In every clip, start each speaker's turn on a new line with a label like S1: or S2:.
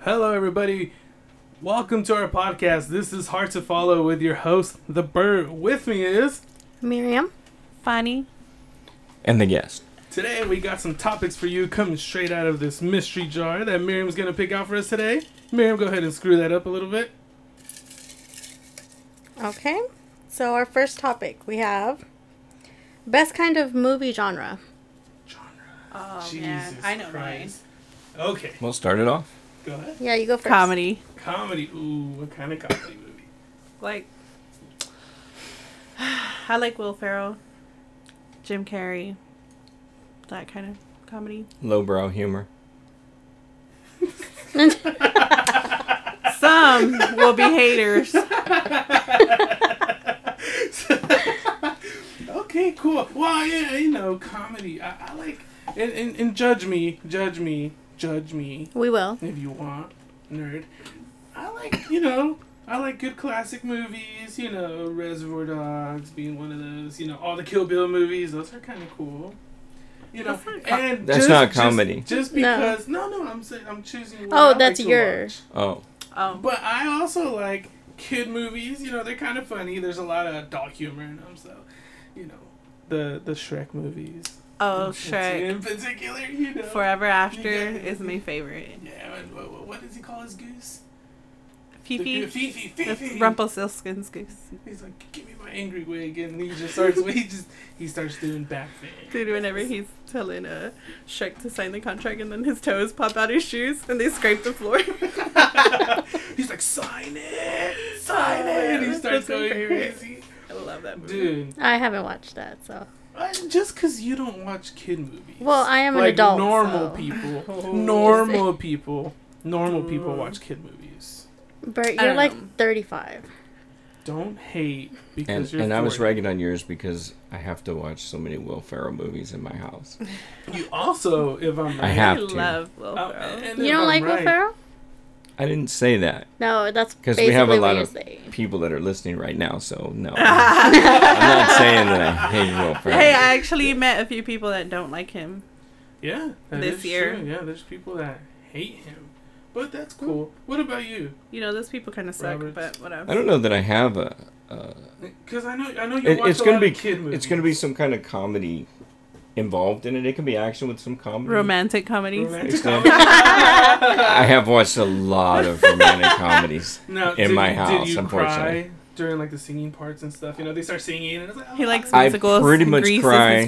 S1: Hello, everybody. Welcome to our podcast. This is Hard to Follow with your host, The Bird. With me is
S2: Miriam.
S3: Funny.
S4: and the guest.
S1: today we got some topics for you coming straight out of this mystery jar that Miriam's going to pick out for us today. Miriam, go ahead and screw that up a little bit.
S2: Okay. So our first topic we have best kind of movie genre.
S1: Genre.
S3: Oh
S1: Okay,
S4: We'll start it off.
S1: go ahead.
S2: Yeah, you go first.
S3: Comedy.
S1: Comedy. Ooh, what kind of comedy movie?
S3: Like I like Will Ferrell, Jim Carrey, that kind of comedy.
S4: Lowbrow humor.
S3: Some will be haters.
S1: Okay, cool. Well, yeah, you know, comedy. I, I like and, and and judge me, judge me, judge me
S2: We will.
S1: if you want, nerd. I like you know, I like good classic movies. You know, Reservoir Dogs being one of those. You know, all the Kill Bill movies. Those are kind of cool. You know,
S3: That's not com-
S1: and
S4: That's
S1: just-
S4: not
S1: just-
S4: comedy.
S1: Just,
S2: No.
S1: because? No, no. I'm saying I'm choosing. what
S2: Oh,
S1: I like
S2: that's
S1: to
S2: your-
S1: watch.
S4: Oh,
S3: Oh,
S1: But I also like kid movies. You know, they're kind of funny. There's a lot of adult humor in them, so you know, the the Shrek movies.
S3: oh
S1: in,
S3: Shrek.
S1: in particular, you know.
S3: Forever After is my favorite.
S1: yeah, and what, what, what does he call his goose? The goo-
S3: Fifi.
S1: Fifi,
S3: That's
S1: Fifi.
S3: Rumpelstiltskin's goose.
S1: He's like, give me my angry wig, and he just starts. he just he starts doing backflips.
S3: Dude, whenever he's telling uh, Shrek to sign the contract and then his toes pop out his shoes and they scrape the floor.
S1: He's like, sign it, sign it, and he
S3: Oh, That's
S1: starts
S3: my
S1: going
S3: favorite.
S1: crazy.
S3: I love that movie.
S1: Dude,
S2: I haven't watched that, so
S1: uh, just because you don't watch kid movies.
S2: well I am an
S1: like
S2: adult.
S1: normal
S2: so.
S1: people.
S3: Oh.
S1: normal people. Normal people watch kid movies.
S2: Bert,
S3: I
S2: you're
S3: don't
S2: like
S3: know.
S2: thirty five.
S1: Don't hate
S4: and,
S1: because you're.
S4: and I was
S1: 40.
S4: ragging on yours because I have to watch so many Will Ferrell movies in my house.
S1: You also, if I'm. right-
S4: I have
S3: I
S4: to.
S3: love Will
S1: Oh,
S3: Ferrell.
S1: and
S2: You
S1: if
S2: don't
S1: I'm
S2: like Will
S1: right-
S2: Ferrell?
S4: I didn't say that.
S2: No, that's
S4: 'Cause
S2: basically
S4: we have a lot
S2: what you're
S4: of-
S2: saying.
S4: People that are listening right now, so no. I'm not saying that I hate Will Ferrell.
S3: Hey, I actually met a few people that don't like him.
S1: Yeah. that
S3: This
S1: is
S3: year.
S1: true. Yeah, there's people that hate him. But that's cool. What about you?
S3: You know, those people kind of suck,
S1: Roberts.
S3: but whatever.
S4: I don't know that I have a. Uh,
S1: Because I know, I know you
S4: it,
S1: watch
S4: it's
S1: a
S4: gonna
S1: lot
S4: be
S1: of kid movies.
S4: it's gonna be some kind of comedy involved in it. It can be action with some comedy.
S3: Romantic comedies.
S1: romantic
S4: It's not-
S1: comedy.
S4: I have watched a lot of romantic comedies.
S1: Now,
S4: In
S1: did,
S4: my
S1: did
S4: house,
S1: you
S4: unfortunately.
S1: cry during like the singing parts and stuff? You know, they start singing, and it's like oh,
S3: He likes
S4: I
S3: musicals.
S4: pretty much
S3: Grease is
S4: cry.
S3: his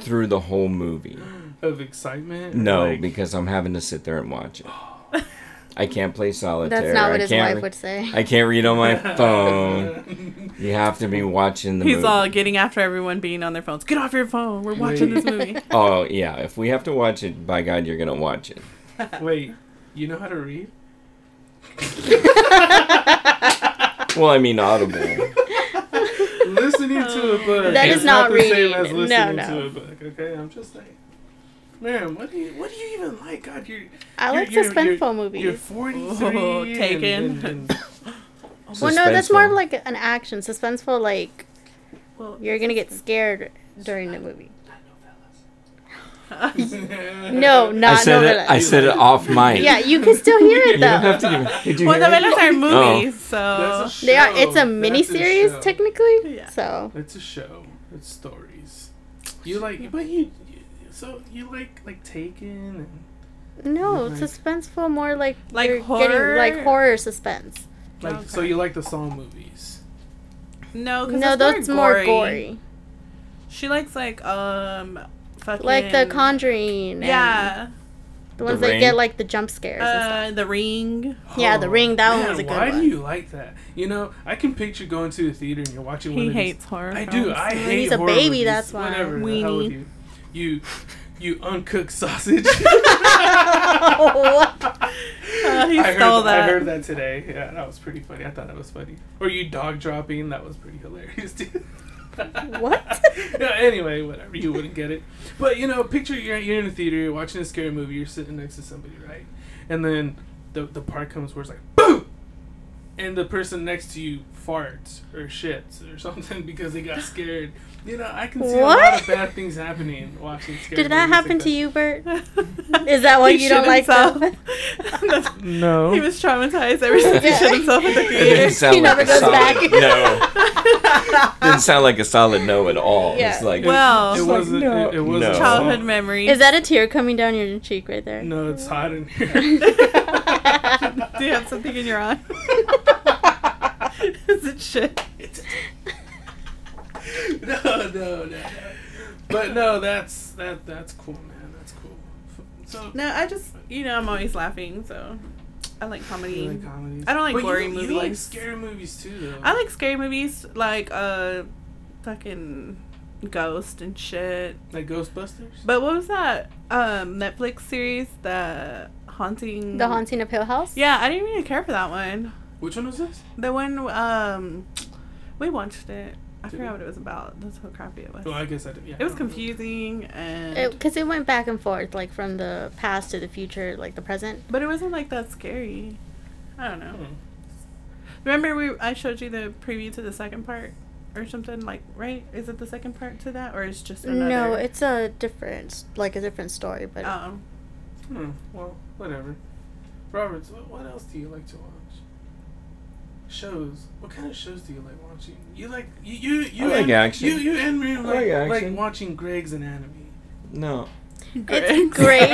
S4: Through the whole movie.
S1: of excitement.
S4: No,
S1: like,
S4: because I'm having to sit there and watch it. I can't play solitaire.
S2: That's not what
S4: I
S2: his
S4: can't
S2: wife
S4: re-
S2: would say.
S4: I can't read on my phone. You have to be watching the
S3: He's
S4: movie.
S3: all getting after everyone being on their phones. Get off your phone. We're watching
S1: Wait.
S3: this movie.
S4: oh yeah, if we have to watch it, by God, you're gonna watch it.
S1: Wait, you know how to read?
S4: Well, I mean Audible.
S1: listening to a book.
S2: That
S1: is
S2: is not
S1: the same
S2: reading.
S1: as
S2: No,
S1: listening
S2: no.
S1: to a book. Okay, I'm just saying. Man, what do you what do you even like? God, you're
S2: I like
S1: you're- you're-
S2: suspenseful
S1: you're
S2: movies.
S1: 43.
S3: Oh, Taken.
S1: And, and, and
S2: Well, no, that's more of
S4: Suspenseful.
S2: like an action suspenseful. Like
S3: Well,
S2: you're gonna get scared during the movie. uh, No,
S1: no.
S2: not
S4: I said it.
S2: novellas.
S4: I said it off mic.
S2: yeah, you can still hear
S4: You
S2: it
S4: don't
S2: though.
S4: have to give. Did you
S3: well,
S4: hear it?
S3: novellas are
S4: Oh.
S3: movies, so
S1: That's a
S2: They are.
S1: show.
S2: It's a
S1: That's
S2: mini series
S1: show.
S2: technically.
S3: Yeah.
S2: So
S1: It's a show. It's stories. You like, but you, you so you like like Taken and
S2: no,
S1: Like-
S2: suspenseful more like
S3: Like
S2: you're
S3: horror?
S2: like horror suspense.
S1: like so
S3: Okay.
S1: you like the Saw movies.
S3: no, because
S2: No, that's more gory.
S3: She likes like um, fucking
S2: Like the Conjuring. and
S3: Yeah,
S2: the ones
S4: The
S2: that get
S4: Ring.
S2: like the jump scares. and stuff.
S3: uh, the Ring.
S2: Yeah, The Ring, that one was a good
S1: Oh, why
S2: one.
S1: do you like that? You know, I can picture going to the theater and you're watching one
S3: He
S1: of these-
S3: hates horror.
S1: I do.
S3: films.
S1: I hate.
S2: he's a
S1: horror
S2: baby,
S1: movies.
S2: that's why.
S1: Whatever. the hell with
S3: Weenie.
S1: you. You, you uncooked sausage.
S3: Uh, he
S1: I heard,
S3: stole that.
S1: I heard that today. Yeah, that was pretty funny. I thought that was funny. Or you dog dropping. That was pretty hilarious too.
S2: What?
S1: yeah, anyway, whatever. You wouldn't get it. But you know, picture you're you're in a theater, you're watching a scary movie, you're sitting next to somebody, right? And then the the part comes where it's like boom, and the person next to you farts or shits or something because they got scared. You know, I can see a lot
S2: What?
S1: of bad things happening watching scary
S2: Did that
S1: movies like
S2: happen to
S1: that.
S2: you, Bert? Is that why
S3: He
S2: you don't
S3: shit
S2: like
S3: himself.
S2: them?
S3: That's-
S1: No.
S3: he was traumatized ever since he
S2: Yeah.
S3: shit himself at the
S4: It didn't
S3: theater.
S4: sound
S2: He
S4: like
S2: never
S4: a
S2: goes
S4: solid
S2: back.
S4: no. didn't sound like a solid no at all.
S2: Yeah.
S4: It's like
S3: Well-
S1: it wasn't.
S4: No.
S1: It, it wasn't
S4: No.
S1: childhood.
S3: Childhood memories.
S2: Is that a tear coming down your cheek right there?
S1: No, it's hot in here.
S3: Do you have something in your eye? Is it shit?
S1: no, no, no, no. But no, that's that. That's cool, man. That's cool. F- So
S3: No, I just you know I'm always laughing, so I like comedy.
S1: you like comedies?
S3: I don't like
S1: But you-
S3: gory
S1: You like
S3: movies.
S1: scary movies too, though.
S3: I like scary movies like uh fucking ghost and shit.
S1: like Ghostbusters.
S3: But what was that um Netflix series the haunting
S2: The Haunting of Hill House?
S3: Yeah, I didn't really care for that one.
S1: Which one was this?
S3: The one um we watched it. I
S1: Did
S3: forgot
S1: we?
S3: what it was about. That's how crappy it was.
S1: Well, I guess I did. Yeah,
S3: It was
S1: I don't know.
S3: confusing and
S2: Because it, went back and forth, like from the past to the future, like the present.
S3: but it wasn't like that scary. I don't know.
S1: Hmm.
S3: Remember we I showed you the preview to the second part or something like right? Is it the second part to that or is just another?
S2: No, it's a different, like a different story. But
S3: Oh.
S1: Hmm. Well, whatever. Roberts, what, what else do you like to watch? Shows. What kind of shows do you like watching? You like you you you
S4: I like
S1: and,
S4: action.
S1: You you and me like,
S4: like
S1: like,
S4: action.
S1: watching Greg's Anatomy.
S4: no.
S2: it's Grey's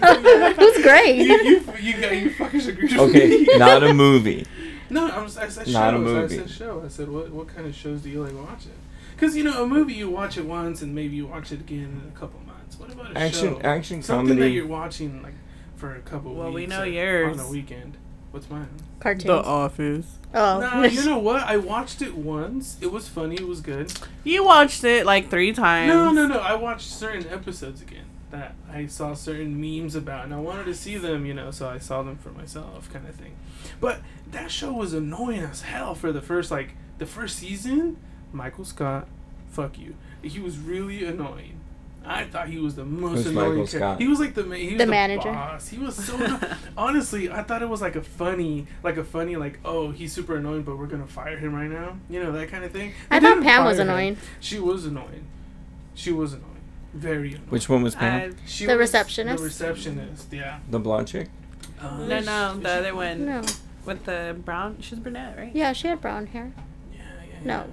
S2: Anatomy.
S3: Grey's.
S2: Who's
S1: You
S2: Grey?
S1: you you, got- you fuckers agree with
S4: Okay,
S1: me.
S4: not a movie.
S1: No, I'm, si said
S4: Not a
S1: shows.
S4: movie.
S1: I said show. I said what what kind of shows do you like watching? Because you know a movie you watch it once and maybe you watch it again in a couple months. What about a
S4: Action,
S1: show?
S4: action
S1: Something that
S4: comedy.
S1: you're watching like for a couple.
S3: Well, we
S1: weeks
S3: know
S1: or
S3: yours.
S1: on a weekend. What's mine?
S2: Cartoons.
S4: uh,
S3: Office.
S2: Oh,
S1: No, you know what? I watched it once. It was funny. It was good.
S3: You watched it like three times.
S1: No, no, no. I watched certain episodes again that I saw certain memes about, and I wanted to see them, you know, so I saw them for myself, kind of thing. But that show was annoying as hell for the first, like, the first season. Michael Scott, fuck you. He was really annoying. I thought he was the most
S4: Who's
S1: annoying.
S4: Michael
S1: char-
S4: Scott?
S1: He was like the ma- he was
S2: The
S1: the,
S2: manager.
S1: boss. He was so honestly. I thought it was like a funny, like a funny, like oh he's super annoying, but we're gonna fire him right now. You know that kind of thing.
S2: I
S1: They
S2: thought
S1: didn't
S2: Pam was
S1: fire him.
S2: annoying.
S1: She was annoying. She was annoying. Very annoying.
S4: Which one was Pam?
S3: I,
S1: She
S2: The
S1: was
S2: receptionist?
S1: The receptionist, yeah.
S4: the blonde chick.
S1: Um,
S3: no, no, the other one
S2: No.
S3: with the brown. She's brunette, right?
S2: Yeah, she had brown hair.
S1: Yeah, yeah,
S2: No.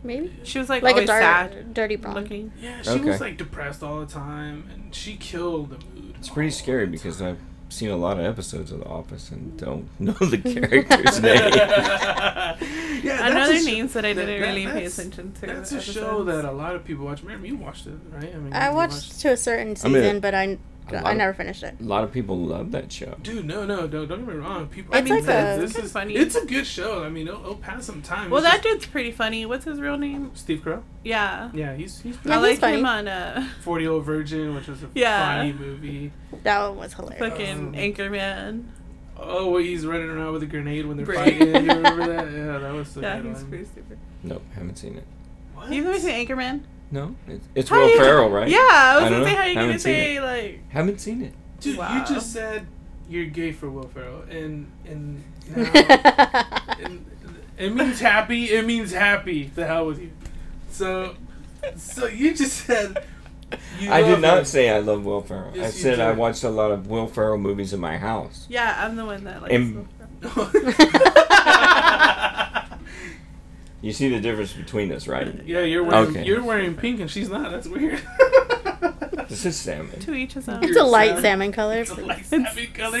S2: Maybe.
S1: yeah.
S3: She was like,
S2: Like a
S3: always
S2: dark,
S3: sad
S2: dirty brown.
S3: looking.
S1: Yeah, she
S4: Okay.
S1: was like depressed all the time, and she killed the mood.
S4: It's pretty
S1: all
S4: scary
S1: the
S4: because
S1: time.
S4: I've seen a lot of episodes of The Office and don't know the character's name.
S1: yeah,
S3: I know
S1: that's a
S3: their
S1: sh-
S3: names that I
S1: that-
S3: didn't
S1: that-
S3: really pay
S1: that's-
S3: attention to.
S1: That's a show
S3: episodes.
S1: that a lot of people watch. Miriam, you watched it, right? mean,
S2: I
S1: you
S2: watched to a certain
S4: I mean,
S2: season, but I,
S4: a lot
S2: I
S4: of-
S2: never finished it.
S4: A lot of people love that show.
S1: Dude, no, no, no, don't get me wrong. People,
S2: It's
S1: I mean,
S2: like a-
S1: this
S3: It's
S1: is
S3: funny.
S1: It's a good show. I mean, it'll, it'll pass some time.
S3: Well,
S1: It's
S3: that dude's pretty funny. What's his real name?
S1: just Steve Carell.
S3: Yeah.
S1: Yeah, he's he's pretty
S2: Yeah,
S3: I like
S2: he's funny.
S3: him on uh,
S1: 40 Old Virgin, which was a
S3: Yeah.
S1: funny movie.
S2: That one was hilarious.
S3: fucking
S1: Um,
S3: Anchorman.
S1: Oh, where he's running around with a grenade when they're
S3: Right.
S1: fighting. You remember that? Yeah, that was so
S3: Yeah,
S1: good.
S3: he's
S1: one.
S3: pretty stupid.
S4: Nope, haven't seen it.
S1: What?
S3: You've never seen Anchorman?
S4: No, it's, it's
S3: How
S4: Will
S3: you-
S4: Ferrell, right?
S3: Yeah, I was
S4: I don't
S3: gonna say
S4: know.
S3: how you gonna
S4: Haven't seen
S3: say like
S4: Haven't seen it.
S1: Dude,
S3: Wow.
S1: you just said you're gay for Will Ferrell, and and now
S2: That's
S1: and, it means happy. It means happy. The hell with you. So, so you just said. You
S4: I did
S1: love
S4: not
S1: him.
S4: say I love Will Ferrell. I
S1: Yes, you
S4: said I
S1: did.
S4: watched a lot of Will Ferrell movies in my house.
S3: yeah, I'm the one that like
S4: And- You see the difference between us, right?
S1: yeah, you're wearing
S4: Okay.
S1: you're wearing pink and she's not. That's weird.
S4: This is salmon.
S3: to each his own.
S2: a light
S1: Salmon.
S2: salmon color.
S1: It's a light savvy color.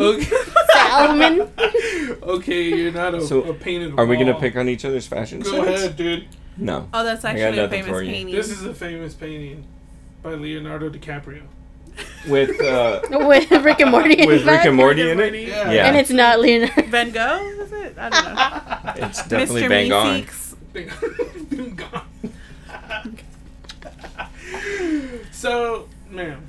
S1: Okay.
S2: Salmon.
S1: okay, you're not a,
S4: So,
S1: a pain in the
S4: Are we gonna
S1: ball.
S4: pick on each other's fashion
S1: Go
S4: sense?
S1: ahead, dude.
S4: No.
S3: Oh, that's
S4: I got
S3: actually a
S4: nothing
S3: famous
S4: for you.
S3: painting.
S1: This is a famous painting by Leonardo DiCaprio.
S4: With uh,
S2: With Rick and Morty. in
S4: with
S2: the
S4: Rick
S2: back.
S4: and Morty in
S3: Morty.
S4: it,
S1: Yeah.
S4: Yeah.
S2: And it's not Leonardo.
S3: Van Gogh, is it? I don't know.
S4: it's definitely
S3: Mr.
S4: bang on.
S3: Meeseeks.
S1: Been gone. so, ma'am,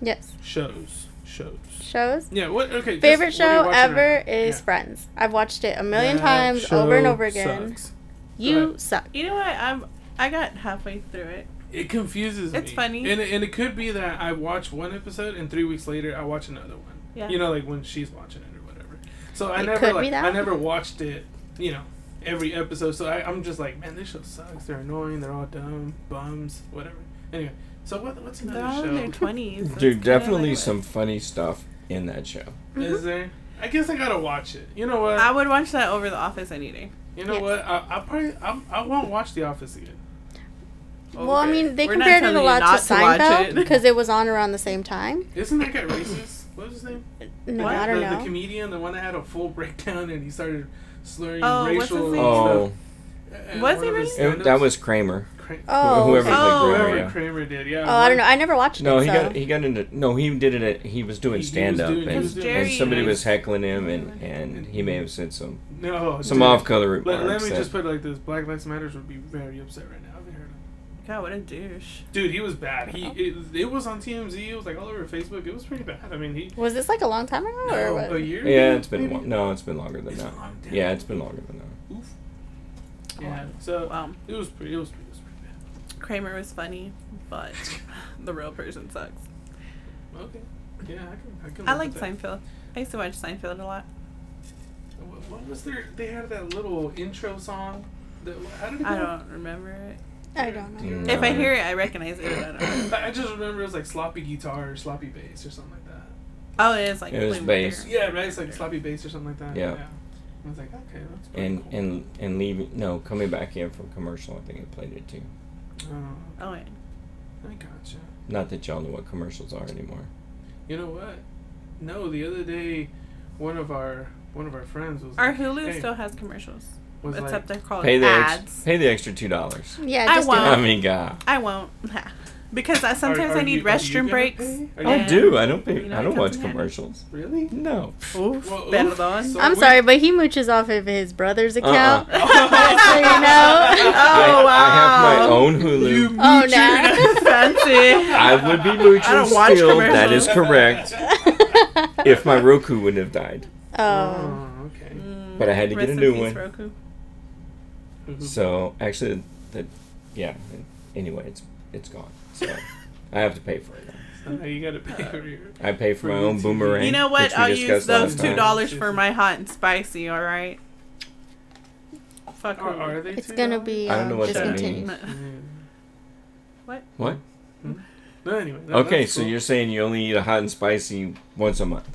S2: Yes.
S1: shows, shows.
S2: Shows.
S1: Yeah. What? Okay. just what are
S2: Favorite
S1: you
S2: show
S1: watching right
S2: ever
S1: now?
S2: is
S1: Yeah.
S2: Friends. I've watched it a million
S1: That
S2: times over and
S1: show
S2: over again.
S1: sucks.
S2: You
S1: ahead.
S2: suck.
S3: You know what? I'm I got halfway through it.
S1: It confuses me.
S3: It's funny.
S1: and it, and it could be that I watch one episode and three weeks later I watch another one.
S3: Yeah.
S1: You know, like when she's watching it or whatever. So I
S2: It
S1: never
S2: could
S1: like
S2: be that.
S1: I never watched it, you know, every episode. So I, I'm just like, man, this show sucks. They're annoying. They're all dumb bums. Whatever. Anyway, so what, what's
S3: They're all
S1: another
S3: in their
S1: show?
S3: twenties.
S4: Dude, definitely some funny stuff in that show.
S1: Is there? I guess I gotta watch it. You know what?
S3: I would watch that over The Office any day.
S1: you know
S2: Yes.
S1: what? I, I probably I, I won't watch The Office again.
S2: Well, I
S3: Okay.
S2: mean, they
S3: We're not
S2: compared it a
S3: telling you
S2: lot
S3: not
S2: to
S3: to watch
S2: Seinfeld
S3: it.
S2: because it was on around the same time.
S1: Isn't that guy racist? What was his name?
S2: No,
S1: the,
S2: I don't
S1: the,
S2: know.
S1: the comedian, the one that had a full breakdown and he started slurring
S3: Oh, what's his
S1: racial.
S3: name?
S4: Oh,
S1: stuff. Uh,
S3: Was
S1: one
S3: he
S1: of his
S3: really?
S4: it,
S1: stand-ups.
S4: that was Kramer.
S1: Cra-
S2: oh,
S4: Whoever
S2: okay.
S4: played
S3: Oh.
S4: Kramer.
S1: Whoever
S4: yeah.
S1: Kramer did, yeah.
S2: oh, I don't know. I never watched
S4: No,
S2: it.
S4: he
S2: so.
S4: got he got into no he did it at, he was doing
S1: He- he was
S4: stand up
S1: doing- he was
S4: and,
S1: doing
S4: and
S3: it.
S4: somebody
S3: Jerry-
S4: was heckling him and, and he may have said some
S1: No,
S4: some
S1: dude.
S4: off color
S1: Let,
S4: remarks.
S1: let me
S4: that-
S1: just put it like this: Black Lives Matters would be very upset right now if they heard him.
S3: God, what a douche.
S1: Dude, he was bad. He it, it was on TMZ. It was like all over Facebook. It was pretty bad. I mean, he
S2: Was this like a long time ago or what?
S1: a year.
S4: yeah, it's been
S1: maybe?
S4: wa- no, it's been longer than
S1: It's
S4: that.
S1: long down.
S4: Yeah, it's been longer than that.
S1: Oof. Yeah. So uh,
S3: Wow.
S1: it was pretty. It was pretty. It was pretty bad.
S3: Kramer was funny, but the real person sucks.
S1: Okay. Yeah, I can. I, can
S3: I
S1: live
S3: like
S1: with that.
S3: Seinfeld. I used to watch Seinfeld a lot.
S1: What, what was their? They had that little intro song. That, how did it go?
S3: I don't remember it.
S2: I don't know.
S4: Mm.
S3: If I hear it, I recognize it. But I don't know.
S1: I I just remember it was like sloppy guitar or sloppy bass or something like that.
S3: Oh, it is like
S4: It was
S3: Blue
S4: bass.
S3: Water.
S1: Yeah, right. It's like sloppy bass or something like that.
S4: Yeah.
S1: I was like, okay, that's pretty
S4: And
S1: cool.
S4: and and leaving no coming back in from commercial. I think it played it too.
S1: Oh,
S3: Oh, wait.
S1: I gotcha.
S4: Not that y'all know what commercials are anymore.
S1: You know what? No, the other day, one of our one of our friends was
S3: Our
S1: like,
S3: Hulu
S1: hey,
S3: still has commercials,
S1: was like,
S3: except they're called
S4: Pay the
S3: Oh, ads. Uh,
S4: ex, pay the extra two dollars.
S2: Yeah,
S3: I
S2: just do
S3: won't.
S2: it.
S4: I mean, God,
S3: I won't, because I, sometimes
S1: are
S3: I
S1: you- are
S3: need
S1: you
S3: restroom
S1: gonna
S3: breaks.
S1: pay? Are you-
S4: I do. I don't pay.
S3: You know,
S4: I
S3: it
S4: don't
S3: comes
S4: watch
S3: in handy.
S4: commercials.
S1: really.
S4: No.
S3: Oof,
S1: Well, oof,
S3: perdón.
S1: so
S2: I'm
S1: we-
S2: sorry, but he mooches off of his brother's account.
S4: Uh-uh.
S2: so you know.
S4: I,
S3: Oh,
S4: I have my
S3: wow.
S4: own Hulu.
S1: You
S2: Oh, no.
S3: Fancy.
S4: I would be mooching
S3: I don't watch
S4: still. That is
S1: commercials.
S4: correct. if my Roku wouldn't have died,
S2: oh.
S1: Oh, okay.
S4: But I had to
S3: Rest
S4: get a
S3: in
S4: new
S3: peace,
S4: one.
S3: Roku.
S4: so actually, that yeah. Anyway, it's it's gone. So I have to pay for it. now.
S1: So now you gotta pay for your.
S4: I pay for,
S1: For
S4: my
S1: your
S4: own
S1: TV.
S4: boomerang.
S3: You know
S4: which
S3: what?
S4: we
S3: I'll use
S4: discussed
S3: those
S4: last
S3: two
S4: time.
S3: dollars for my hot and spicy. All right. Fuck.
S1: Are, are
S3: Hulu.
S1: they?
S2: It's
S1: too
S2: gonna
S1: long?
S2: be
S4: I don't know
S2: um,
S4: what that
S2: discontinued.
S4: means.
S1: Yeah.
S4: What?
S1: No, anyway. that-
S4: Okay,
S1: that's
S4: so
S1: cool.
S4: you're saying you only eat a hot and spicy once a month?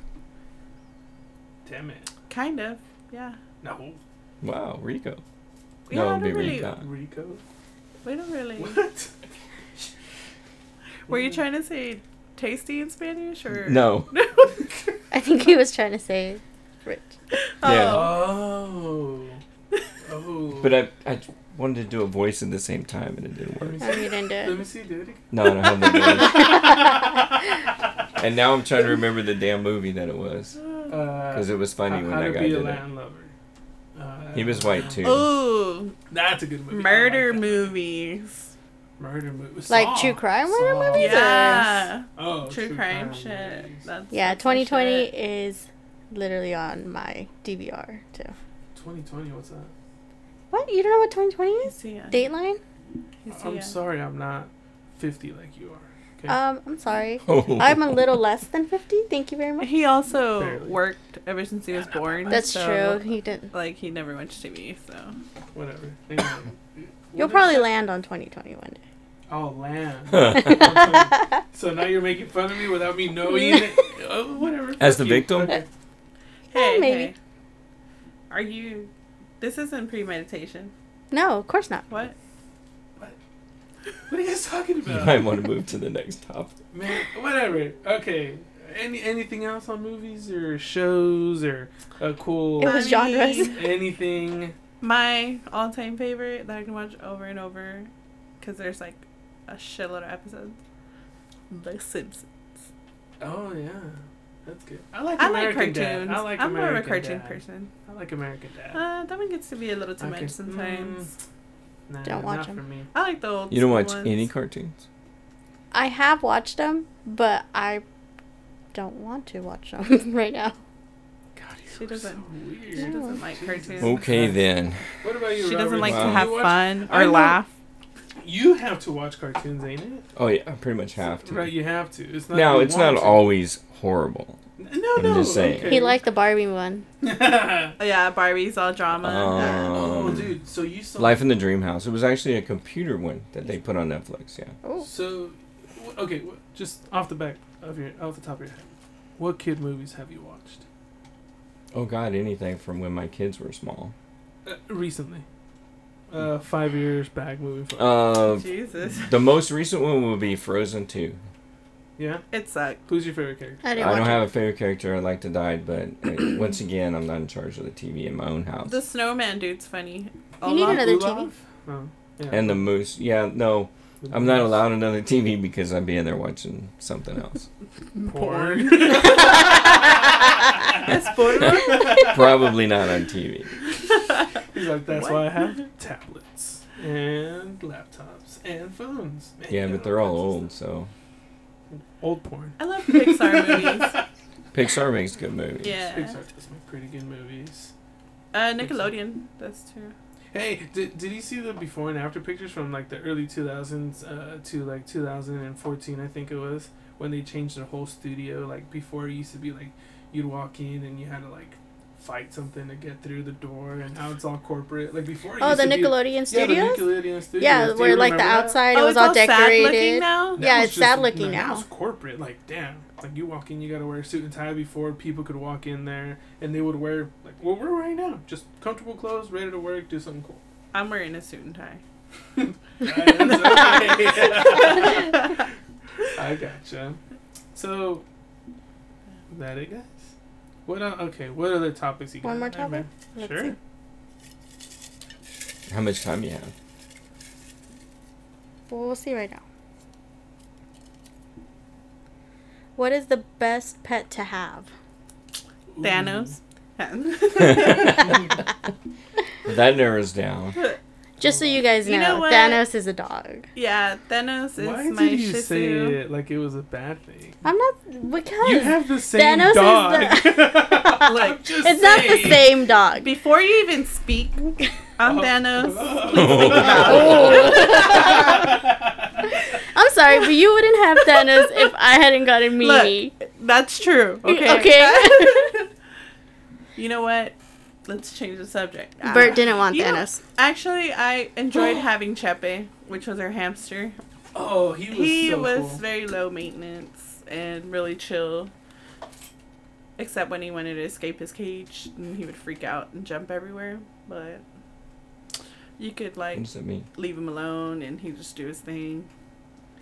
S1: Damn it.
S3: Kind of. Yeah.
S1: No.
S4: Wow, Rico.
S3: We
S4: No,
S3: don't
S4: it'd be
S3: really.
S4: Rico.
S1: Rico.
S3: We don't really.
S1: What?
S3: Were you trying to say tasty in Spanish or
S4: No.
S2: I think he was trying to say rich.
S4: Yeah.
S1: Oh. Oh.
S4: But I, I wanted to do a voice at the same time and it didn't
S1: Let me
S4: work.
S2: Oh, you didn't do
S1: Let me
S2: it.
S1: see, dude.
S4: No, I don't have the voice. and now I'm trying to remember the damn movie that it was because Uh, it was funny
S1: how,
S4: when
S1: how
S4: that
S1: to
S4: guy
S1: be a
S4: did it.
S1: land lover. Uh,
S4: He was white too.
S3: Oh, Ooh,
S1: That's a good movie. I
S3: murder
S1: like that.
S3: movies.
S1: Murder movie.
S2: Like true crime murder
S1: Saw.
S2: movies?
S3: Yeah.
S1: Oh,
S3: True, crime, shit.
S1: movies.
S3: That's
S2: Yeah,
S3: that's my
S2: 2020
S3: shit.
S2: is literally on my DVR too.
S1: 2020. What's that?
S2: What? You don't know what 2020 is?
S3: He's here.
S2: Dateline?
S3: He's
S1: I'm
S3: here.
S1: sorry, I'm not 50 like you are. Yeah.
S2: Um, I'm sorry.
S4: Oh.
S2: I'm a little less than 50. Thank you very much.
S3: He also
S1: Barely.
S3: worked ever since he was born.
S2: That's
S3: so,
S2: true. He didn't.
S3: Like he never watched TV, so
S1: Whatever. Anyway.
S2: You'll
S1: What
S2: probably
S1: is-
S2: land on 2020 one day.
S1: Oh, land.
S4: As
S1: so now you're making fun of me without me knowing it. Oh, whatever. fuck
S4: As the
S1: you.
S4: victim?
S1: Okay.
S3: hey,
S2: maybe.
S3: hey. Are you? This isn't premeditation.
S2: No, of course not.
S3: What?
S1: What are you guys talking
S4: you
S1: about?
S4: might want to move to the next topic.
S1: Man, whatever. Okay. Any anything else on movies or shows or a cool
S2: It was
S3: I mean-
S2: genres.
S1: anything?
S3: My all-time favorite that I can watch over and over, because there's like a shitload of episodes. The Simpsons.
S1: Oh yeah, that's good. I like
S3: I like
S1: American
S3: cartoons.
S1: Dad. I like
S3: I'm
S1: American
S3: more of a cartoon
S1: Dad.
S3: person.
S1: I like American Dad.
S3: Uh, that one gets to be a little too
S1: Okay. Mm.
S3: much sometimes.
S1: nah,
S2: don't watch
S1: not
S2: them.
S1: for me.
S3: I like the old.
S4: You don't
S3: school
S4: watch
S3: ones.
S4: any cartoons?
S2: I have watched them, but I don't want to watch them right now.
S1: God, you
S3: She
S1: are so
S3: doesn't-
S1: weird.
S3: She doesn't like cartoons.
S4: Okay then.
S1: What about you?
S3: She doesn't
S1: Robert?
S3: like
S4: Wow.
S3: to
S1: You
S3: have
S1: watch-
S3: fun
S1: I
S3: or
S1: know-
S3: laugh.
S1: you have to watch cartoons, ain't it?
S4: Oh yeah, I pretty much have to.
S1: Right, you have to. It's not
S4: Now
S1: you
S4: it's not
S1: want to.
S4: always horrible.
S1: N- No,
S4: I'm
S1: no.
S4: just saying.
S1: Okay.
S2: He liked the Barbie one.
S3: Oh, yeah, Barbie's all drama.
S4: Oh.
S1: oh,
S4: Um,
S1: dude. So you saw
S4: Life in the Dream House. It was actually a computer one that they put on Netflix. Yeah.
S2: Oh.
S1: So, wh- okay, wh- just off the back of your, off the top of your head, what kid movies have you watched
S4: Oh God, anything from when my kids were small.
S1: uh, recently? Uh, five years back, moving forward.
S4: Uh,
S3: Jesus.
S4: the most recent one would be Frozen Two.
S1: yeah.
S3: It sucked.
S1: Who's your favorite character?
S2: I
S4: I
S2: didn't watch
S4: don't
S2: it.
S4: have a favorite character. I like to die, but uh, once again, I'm not in charge of the TV in my own
S1: uh,
S4: house.
S3: The snowman dude's funny.
S2: You need
S3: Olaf-
S2: another TV.
S1: Olaf? Oh, yeah.
S4: And the moose. Yeah, no, I'm not allowed another TV because I'd be in there watching something else.
S1: Porn.
S3: That's borderline.
S4: Probably not on TV.
S1: He's like, that's
S3: What?
S1: why I have tablets and laptops and phones. Man,
S4: Yeah,
S1: you
S4: but
S1: know,
S4: they're all
S1: that's
S4: old, so
S1: just Old porn.
S3: I love Pixar movies.
S4: Pixar makes good movies.
S3: Yeah.
S1: Pixar does make pretty good movies.
S3: Uh, Nickelodeon. That's true.
S1: Hey, did, did you see the before and after pictures from like the early 2000s uh, to like 2014, I think it was, when they changed their whole studio? Like before, it used to be like you'd walk in and you had to like fight something to get through the door, and now it's all corporate. Like before, it
S2: Oh,
S1: used
S2: the
S1: to be-
S2: Nickelodeon
S1: Yeah,
S2: studios.
S1: the Nickelodeon studios.
S2: Yeah,
S1: Do you
S2: where like
S1: remember
S2: the
S1: that?
S2: outside it
S3: Oh,
S2: was
S3: it's
S2: all
S3: sad-looking
S2: decorated.
S3: now.
S1: That
S2: Yeah,
S1: was
S2: it's sad-looking
S1: no,
S2: now.
S1: That was corporate. Like, damn. Like, you walk in, you gotta wear a suit and tie before people could walk in there, and they would wear, like, what we're wearing now. Just comfortable clothes, ready to work, do something cool.
S3: I'm wearing a suit and tie.
S1: I gotcha. So, that it, guys? What, el okay, what other topics you got?
S2: One more
S1: there, man?
S2: Let's
S1: Sure.
S4: How much time you have?
S2: Well, we'll see right now. What is the best pet to have?
S1: Ooh.
S3: Thanos.
S4: That narrows down.
S2: Just so you guys know,
S3: You know what?
S2: Thanos is a dog.
S3: yeah, Thanos is
S1: Why
S3: my
S1: did you
S3: Shih
S1: say
S3: Tzu.
S1: it like it was a bad thing?
S2: I'm not because
S1: You have the same
S2: Thanos is
S1: dog.
S2: the-
S1: I'm just
S2: it's not the
S1: saying.
S2: same dog.
S3: Before you even speak,
S1: Oh.
S3: I'm Thanos. Oh.
S2: Oh. I'm sorry, but you wouldn't have Thanos if I hadn't gotten Mimi.
S3: That's true. Okay.
S2: Okay.
S3: you know what? Let's change the subject. Ah.
S2: Bert didn't want
S3: You know-
S2: Thanos.
S3: Actually, I enjoyed having Chepe, which was our hamster.
S1: Oh, he was
S3: He
S1: so
S3: was
S1: cool.
S3: very low maintenance and really chill. Except when he wanted to escape his cage, and he would freak out and jump everywhere. But you could
S4: What
S3: like
S4: does that mean?
S3: leave him alone, and he'd just do his thing.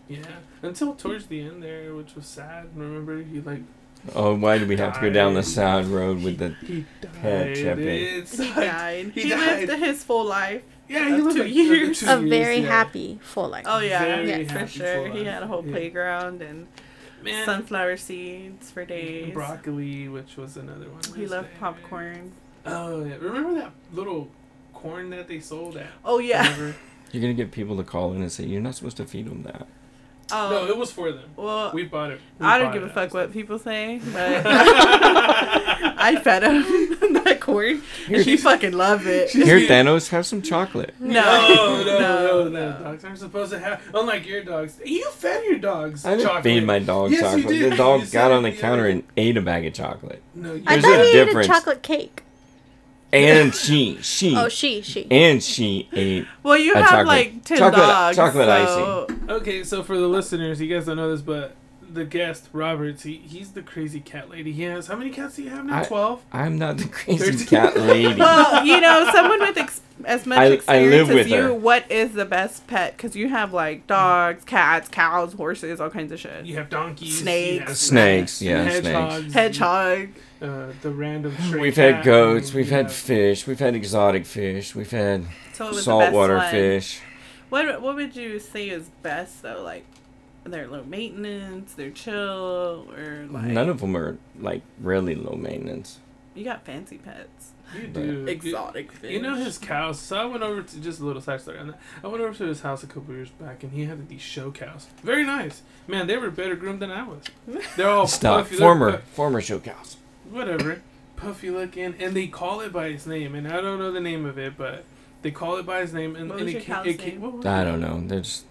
S1: Yeah, until towards the end there, which was sad. Remember, he like
S4: Oh, why do we have to go down the sad road with the?
S1: he
S4: Pet
S1: died.
S4: Chippy.
S1: It
S3: He
S1: sucked.
S3: died.
S1: he
S3: He,
S1: died.
S3: lived his full life.
S1: Yeah, he
S3: Of
S1: lived
S3: two
S1: like, another
S3: years.
S1: two
S2: A very
S1: yeah.
S2: happy full life.
S3: Oh yeah,
S1: Very
S2: Yeah.
S1: happy
S3: for sure.
S1: full
S3: He
S1: life.
S3: had a whole
S1: Yeah.
S3: playground and
S1: Man,
S3: sunflower seeds for days.
S1: broccoli, which was another one.
S3: He
S1: His
S3: loved
S1: name.
S3: popcorn.
S1: Oh yeah, remember that little corn that they sold at?
S3: Oh yeah.
S1: Remember?
S4: You're gonna get people to call in and say you're not supposed to feed them that.
S3: Um,
S1: no, it was for them.
S3: well,
S1: We bought it. We
S3: Uh, I don't
S1: bought
S3: give a
S1: it.
S3: fuck what people say, but I fed him that corn.
S4: Here-
S3: and He fucking loved it.
S4: Here, Thanos, have some chocolate.
S1: No, no,
S3: No,
S1: no, no,
S3: no, no.
S1: Dogs aren't supposed to have. Unlike your dogs, you fed your dogs
S4: I didn't
S1: chocolate.
S4: feed my dog
S1: Yes, you
S4: chocolate.
S1: did.
S4: The
S1: You
S4: dog
S1: said
S4: got
S1: it
S4: on the
S1: the
S4: counter
S1: other-
S4: and ate a bag of chocolate.
S1: no, you
S2: I
S4: There's
S2: thought
S4: a
S2: he
S4: difference.
S2: ate a chocolate cake.
S4: And she, she,
S2: Oh, she, she.
S4: and she ate.
S3: Well, you
S4: A
S3: have
S4: chocolate-
S3: like ten
S4: chocolate-
S3: dogs.
S4: chocolate
S3: so
S1: Okay, so for the listeners, you guys don't know this, but the guest Roberts, he, he's the crazy cat lady. He has how many cats do you have now?
S4: I-
S1: Twelve.
S4: I'm not the crazy
S1: Thirteen.
S4: cat lady.
S3: Well, you know, someone with ex- as much
S4: I- I
S3: experience
S4: live with
S3: as you,
S4: her.
S3: what is the best pet? Because you have like dogs, cats, cows, horses, all kinds of shit.
S1: You have donkeys,
S3: Snakes.
S1: you have
S4: Snakes, yeah,
S1: hedgehogs,
S3: Hedgehog.
S1: Uh, the random. stray
S4: We've
S1: cat,
S4: had goats.
S1: and
S4: We've
S1: you
S4: had
S1: have-
S4: fish. We've had exotic fish. We've had
S3: So it was the best
S4: saltwater
S3: one.
S4: fish.
S3: What What would you say is best though? Like, they're low maintenance, they're chill, or like
S4: None of them are like really low maintenance.
S3: you got fancy pets,
S1: You do. You-
S3: exotic fish.
S1: You know his cows. So I went over to just a little side story on that. I went over to his house a couple years back, and he had these show cows. Very nice, man. They were better groomed than I was. They're all
S4: Stop.
S1: puffy, they're
S4: Former,
S1: pu-
S4: former show cows.
S1: whatever, puffy looking, and they call it by its name, and I don't know the name of it, but They call it by his name, and,
S3: What
S1: and
S3: was
S1: it,
S3: your
S1: came,
S3: cow's
S1: it came.
S3: name?
S1: what was
S4: I
S1: it?
S4: don't know. There's,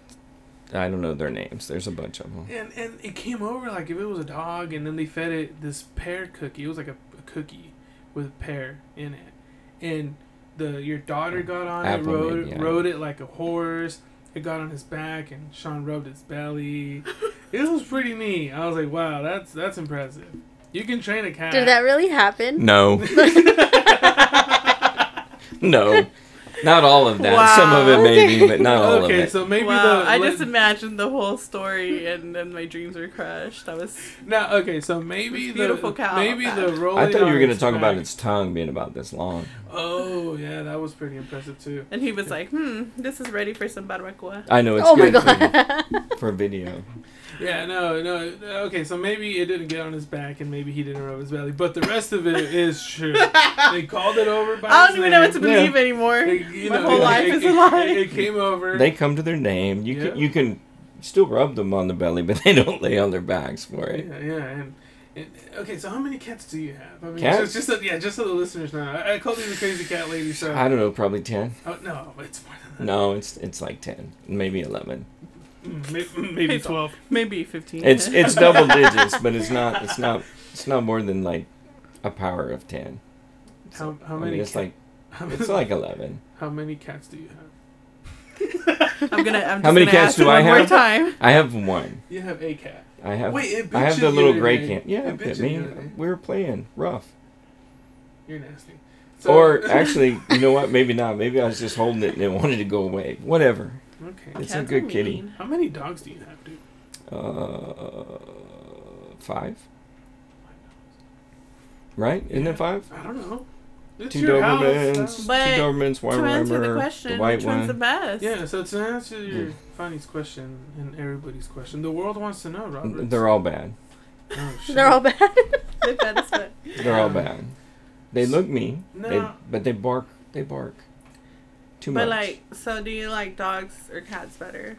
S4: I don't know their names. There's a bunch of them.
S1: And and it came over like if it was a dog, and then they fed it this pear cookie. It was like a, a cookie with a pear in it, and the your daughter got on
S4: Apple
S1: it, rode
S4: maybe, I
S1: rode it like a horse. It got on his back, and Sean rubbed its belly. it was pretty neat. I was like, wow, that's that's impressive. You can train a cat.
S2: Did that really happen?
S4: No, no, not all of that. Some of it
S3: Wow.
S4: maybe, but not all
S1: okay,
S4: of it.
S1: so maybe
S3: wow,
S1: the
S3: I
S1: let-
S3: just imagined the whole story, and then my dreams were crushed. I was
S1: no. Okay, so maybe
S3: This
S1: the
S3: beautiful cow.
S1: maybe the rolling.
S4: I thought you were
S1: on
S4: gonna
S1: its
S4: talk about
S1: back-
S4: its tongue being about this long.
S1: Oh yeah, that was pretty impressive too.
S3: And he was like, hmm, this is ready for some barbacoa.
S4: I know it's
S2: oh my
S4: good for,
S2: god.
S4: for video.
S1: Yeah, no, no. Okay, so maybe it didn't get on his back, and maybe he didn't rub his belly, but the rest of it is true. they called it over by. his
S3: I don't even know
S1: name.
S3: what to believe anymore.
S1: It- you
S3: My
S1: know,
S3: whole
S1: it-
S3: life
S1: it-
S3: is
S1: it-
S3: a lie.
S1: It, came over.
S4: They come to their name. You
S1: Yeah.
S4: can you can still rub them on the belly, but they don't lay on their backs for
S1: yeah,
S4: it.
S1: yeah, and, and okay. So how many cats do you have? I mean,
S4: Cats?
S1: Just, just so, yeah, just so the listeners know, I, I called you the crazy cat lady. So
S4: I don't know, probably ten.
S1: oh, no, it's more than that.
S4: No, it's it's like ten, maybe eleven.
S1: Mm, may- mm, maybe
S3: It's-
S1: twelve.
S3: Maybe 15.
S4: It's it's double digits, but it's not it's not it's not more than like a power of ten.
S1: How, how
S4: I mean,
S1: many?
S4: it's like
S1: how, many
S4: it's like eleven.
S1: how many cats do you have?
S3: I'm gonna. I'm just
S4: How many
S3: gonna
S4: cats
S3: ask him
S4: do I
S3: one more
S4: have?
S3: time.
S4: I have one.
S1: You have a cat.
S4: I have
S1: Wait, it
S4: I
S1: bit you
S4: have the
S1: the
S4: little
S1: other
S4: gray
S1: day.
S4: can. Yeah,
S1: It
S4: it
S1: bit
S4: bit
S1: you the
S4: me.
S1: other day.
S4: We were playing rough.
S1: You're nasty.
S4: Or actually, you know what? Maybe not. Maybe I was just holding it and it wanted to go away. Whatever.
S1: okay.
S4: It's a
S3: Cats
S4: good
S3: are
S4: kitty.
S3: mean.
S1: How many dogs do you have, dude?
S4: Uh, five, right? Isn't
S1: Yeah.
S4: it five?
S1: I don't know. It's
S4: Two
S1: your
S4: Dobermans,
S1: house.
S4: two
S1: so-
S3: But
S4: Dobermans, one
S3: to answer the
S4: Weimer,
S3: question,
S4: the white
S3: which one's the
S4: one.
S3: best?
S1: Yeah, so to answer your
S4: Yeah.
S1: Fanny's question and everybody's question, the world wants to know, Robert.
S4: They're all bad.
S1: oh, shit.
S2: They're all bad.
S3: The best, but-
S4: They're all bad. They look mean, they,
S1: No.
S4: but they bark. They bark. Too
S3: but
S4: much.
S3: like, so do you like dogs or cats better,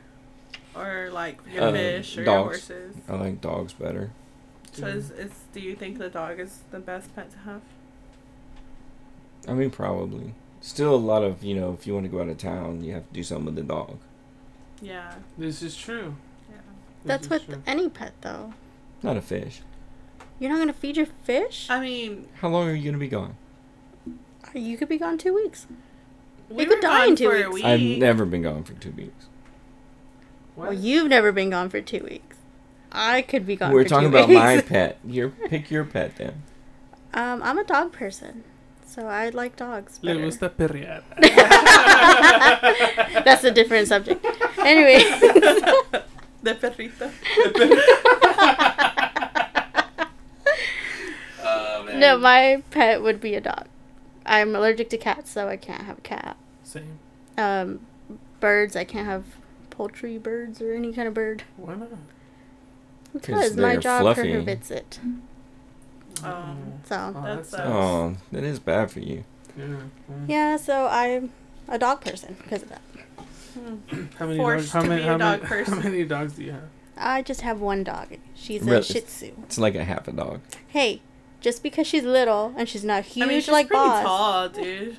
S3: or like your
S4: Uh,
S3: fish or your
S4: dogs.
S3: horses?
S4: I like dogs better.
S3: So is, is do you think the dog is the best pet to have?
S4: I mean, probably. Still a lot of you know. If you want to go out of town, you have to do something with the dog.
S3: Yeah.
S1: This is true.
S3: yeah.
S1: This
S2: That's
S1: is
S2: with
S1: true.
S2: any pet though.
S4: Not a fish.
S2: You're not gonna feed your fish?
S3: I mean,
S4: How long are you gonna be gone?
S2: You could be gone two weeks.
S3: we
S2: could
S3: were
S2: die
S3: gone
S2: in two
S3: for a
S2: weeks.
S3: week.
S4: I've never been gone for two weeks.
S1: What?
S2: Well, you've never been gone for two weeks. I could be gone.
S4: We're
S2: for
S4: talking
S2: two
S4: about
S2: weeks.
S4: my pet. Your pick your pet then.
S2: Um, I'm a dog person, so I like dogs.
S1: Le
S2: better.
S1: gusta perrear.
S2: That's a different subject. Anyway,
S3: the perrito.
S1: Oh, man.
S2: no, my pet would be a dog. I'm allergic to cats, so I can't have a cat.
S1: Same.
S2: Um, birds, I can't have poultry birds or any kind of bird
S1: Why not?
S2: because my
S4: they're
S2: job
S4: fluffy.
S2: prohibits it.
S3: Oh.
S2: So
S3: That's,
S1: that sucks.
S4: Oh, that is bad for you.
S1: Yeah. mm.
S2: yeah, so I'm a dog person because of that.
S3: Hmm.
S1: How many dogs?
S3: Forced
S1: How
S3: to
S1: many,
S3: be a
S1: how,
S3: dog
S1: many, how
S3: person.
S1: many dogs do you have?
S2: I just have one dog. She's a
S4: Really?
S2: Shih Tzu.
S4: It's like a half a dog.
S2: Hey, just because she's little and she's not huge
S3: I mean, she's
S2: like
S3: pretty
S2: Boss,
S3: tall, dude.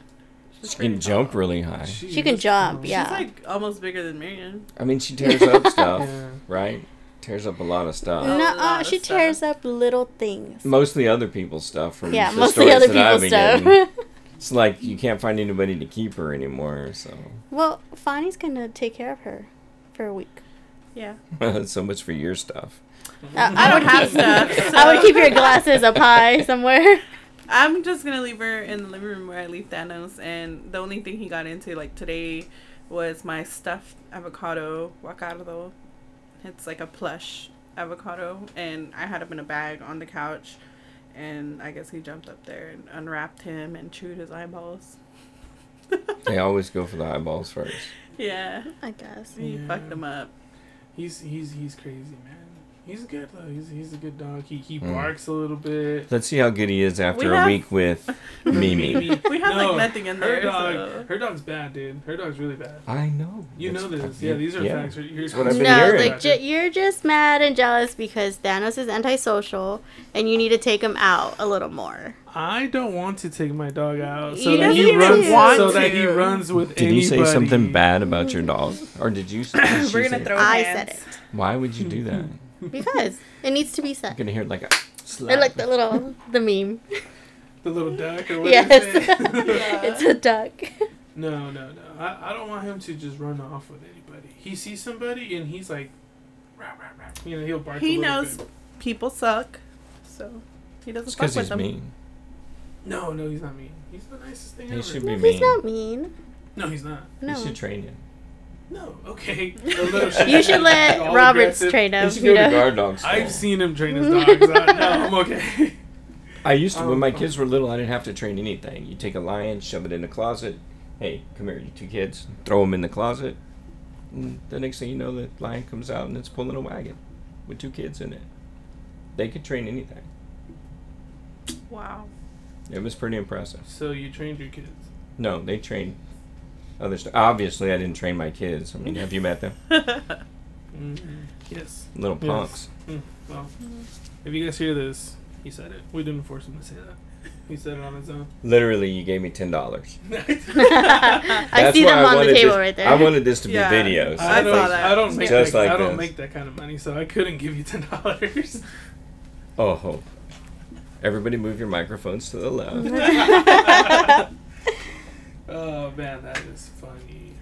S3: She's
S4: She
S3: pretty
S4: can jump really high.
S2: She can
S1: Jeez.
S2: jump, yeah.
S3: She's like almost bigger than Marion.
S4: I mean, she tears up stuff,
S1: Yeah.
S4: right? Tears up a lot of
S3: Mm.
S4: stuff.
S2: no, uh,
S3: lot
S2: she
S3: of stuff.
S2: tears up little things.
S4: Mostly other people's stuff from
S2: yeah,
S4: the
S2: mostly other
S4: stories that I've
S2: people's
S4: been
S2: stuff.
S4: getting. It's like you can't find anybody to keep her anymore, so
S2: well, Fonny's gonna take care of her for a week.
S3: Yeah.
S4: so much for your stuff.
S2: Uh,
S3: I
S2: I
S3: don't
S2: would
S3: have
S2: keep,
S3: stuff.
S2: I would
S3: so-
S2: keep your glasses up high somewhere.
S3: I'm just gonna leave her in the living room where I leave Thanos, and the only thing he got into like today was my stuffed avocado guacardo. It's like a plush avocado, and I had him in a bag on the couch, and I guess he jumped up there and unwrapped him and chewed his eyeballs.
S4: They always go for the eyeballs first.
S3: Yeah,
S2: I guess.
S3: he
S1: Yeah.
S3: fucked him up.
S1: He's he's he's crazy, man. He's good though. He's, he's a good dog. He he
S4: Hmm.
S1: barks a little bit.
S4: Let's see how good he is after
S3: We
S4: a
S3: have-
S4: week with Mimi.
S1: Maybe-
S3: We have, like,
S1: No,
S3: nothing in
S1: Her
S3: there,
S1: dog,
S3: so-
S1: her dog's bad, dude. Her dog's really bad.
S4: I know.
S1: You know
S4: It's-
S1: this. Yeah, these are facts. You're,
S4: what I've been
S2: No,
S4: hearing.
S2: like ju- you're just mad and jealous because Thanos is antisocial, and you need to take him out a little more.
S1: I don't want to take my dog out so
S2: You
S1: that
S2: don't
S1: he
S2: even
S1: runs
S2: want
S1: so that he
S3: to.
S1: runs with
S4: Did you
S1: anybody.
S4: say something bad about your dog, or did you? Say, did she
S3: We're gonna
S4: say-
S3: throw
S2: I
S3: hands.
S2: said it
S4: Why would you do that? I'm
S2: because it needs to be said.
S4: gonna hear like
S2: They're
S4: a slap.
S2: like the little the meme.
S1: The little duck or what?
S2: Yes.
S1: Yes.
S2: it's a duck.
S1: no, no, no. I, I don't want him to just run off with anybody. He sees somebody and he's like, rah, rah, rah. you know, he'll bark.
S3: He
S1: a little
S3: knows
S1: Bit.
S3: people suck, so he doesn't
S4: It's
S3: fuck
S4: because
S3: with
S4: he's
S3: them.
S4: mean.
S1: No, no, he's not mean. He's the nicest thing
S4: He
S1: ever.
S4: should
S2: No,
S4: be
S2: he's
S4: mean.
S2: not mean.
S1: No, he's not.
S2: No.
S4: You should train him.
S1: No, okay.
S2: You should let
S1: All
S2: Roberts
S1: aggressive.
S2: train him.
S4: You should
S2: You
S4: go to
S2: know?
S4: guard dog school.
S1: I've seen him train his dogs. I, no, I'm okay.
S4: I used to
S1: Oh,
S4: when my
S1: oh.
S4: kids were little. I didn't have to train anything. You take a lion, shove it in the closet. Hey, come here, you two kids. Throw them in the closet. And the next thing you know, the lion comes out and it's pulling a wagon with two kids in it. They could train anything.
S3: Wow.
S4: It was pretty impressive.
S1: So you trained your kids.
S4: No, they trained other stuff. Obviously, I didn't train my kids. I mean, have you met them?
S1: Mhm. Yes.
S4: Little
S1: Yes.
S4: punks.
S1: Mm, well, if you guys hear this, he said it. We didn't force him to say that. He said it on his own.
S4: Literally, you gave me ten dollars.
S2: I see them on the table right there.
S4: I wanted this to be
S3: Yeah.
S4: video. So
S1: I
S3: I saw
S1: don't.
S3: that.
S1: I don't make.
S4: Just
S1: that,
S4: like
S1: I don't
S4: this.
S1: make that kind of money, so I couldn't give you ten dollars.
S4: Oh, ho. everybody, move your microphones to the left.
S1: oh man, that is funny.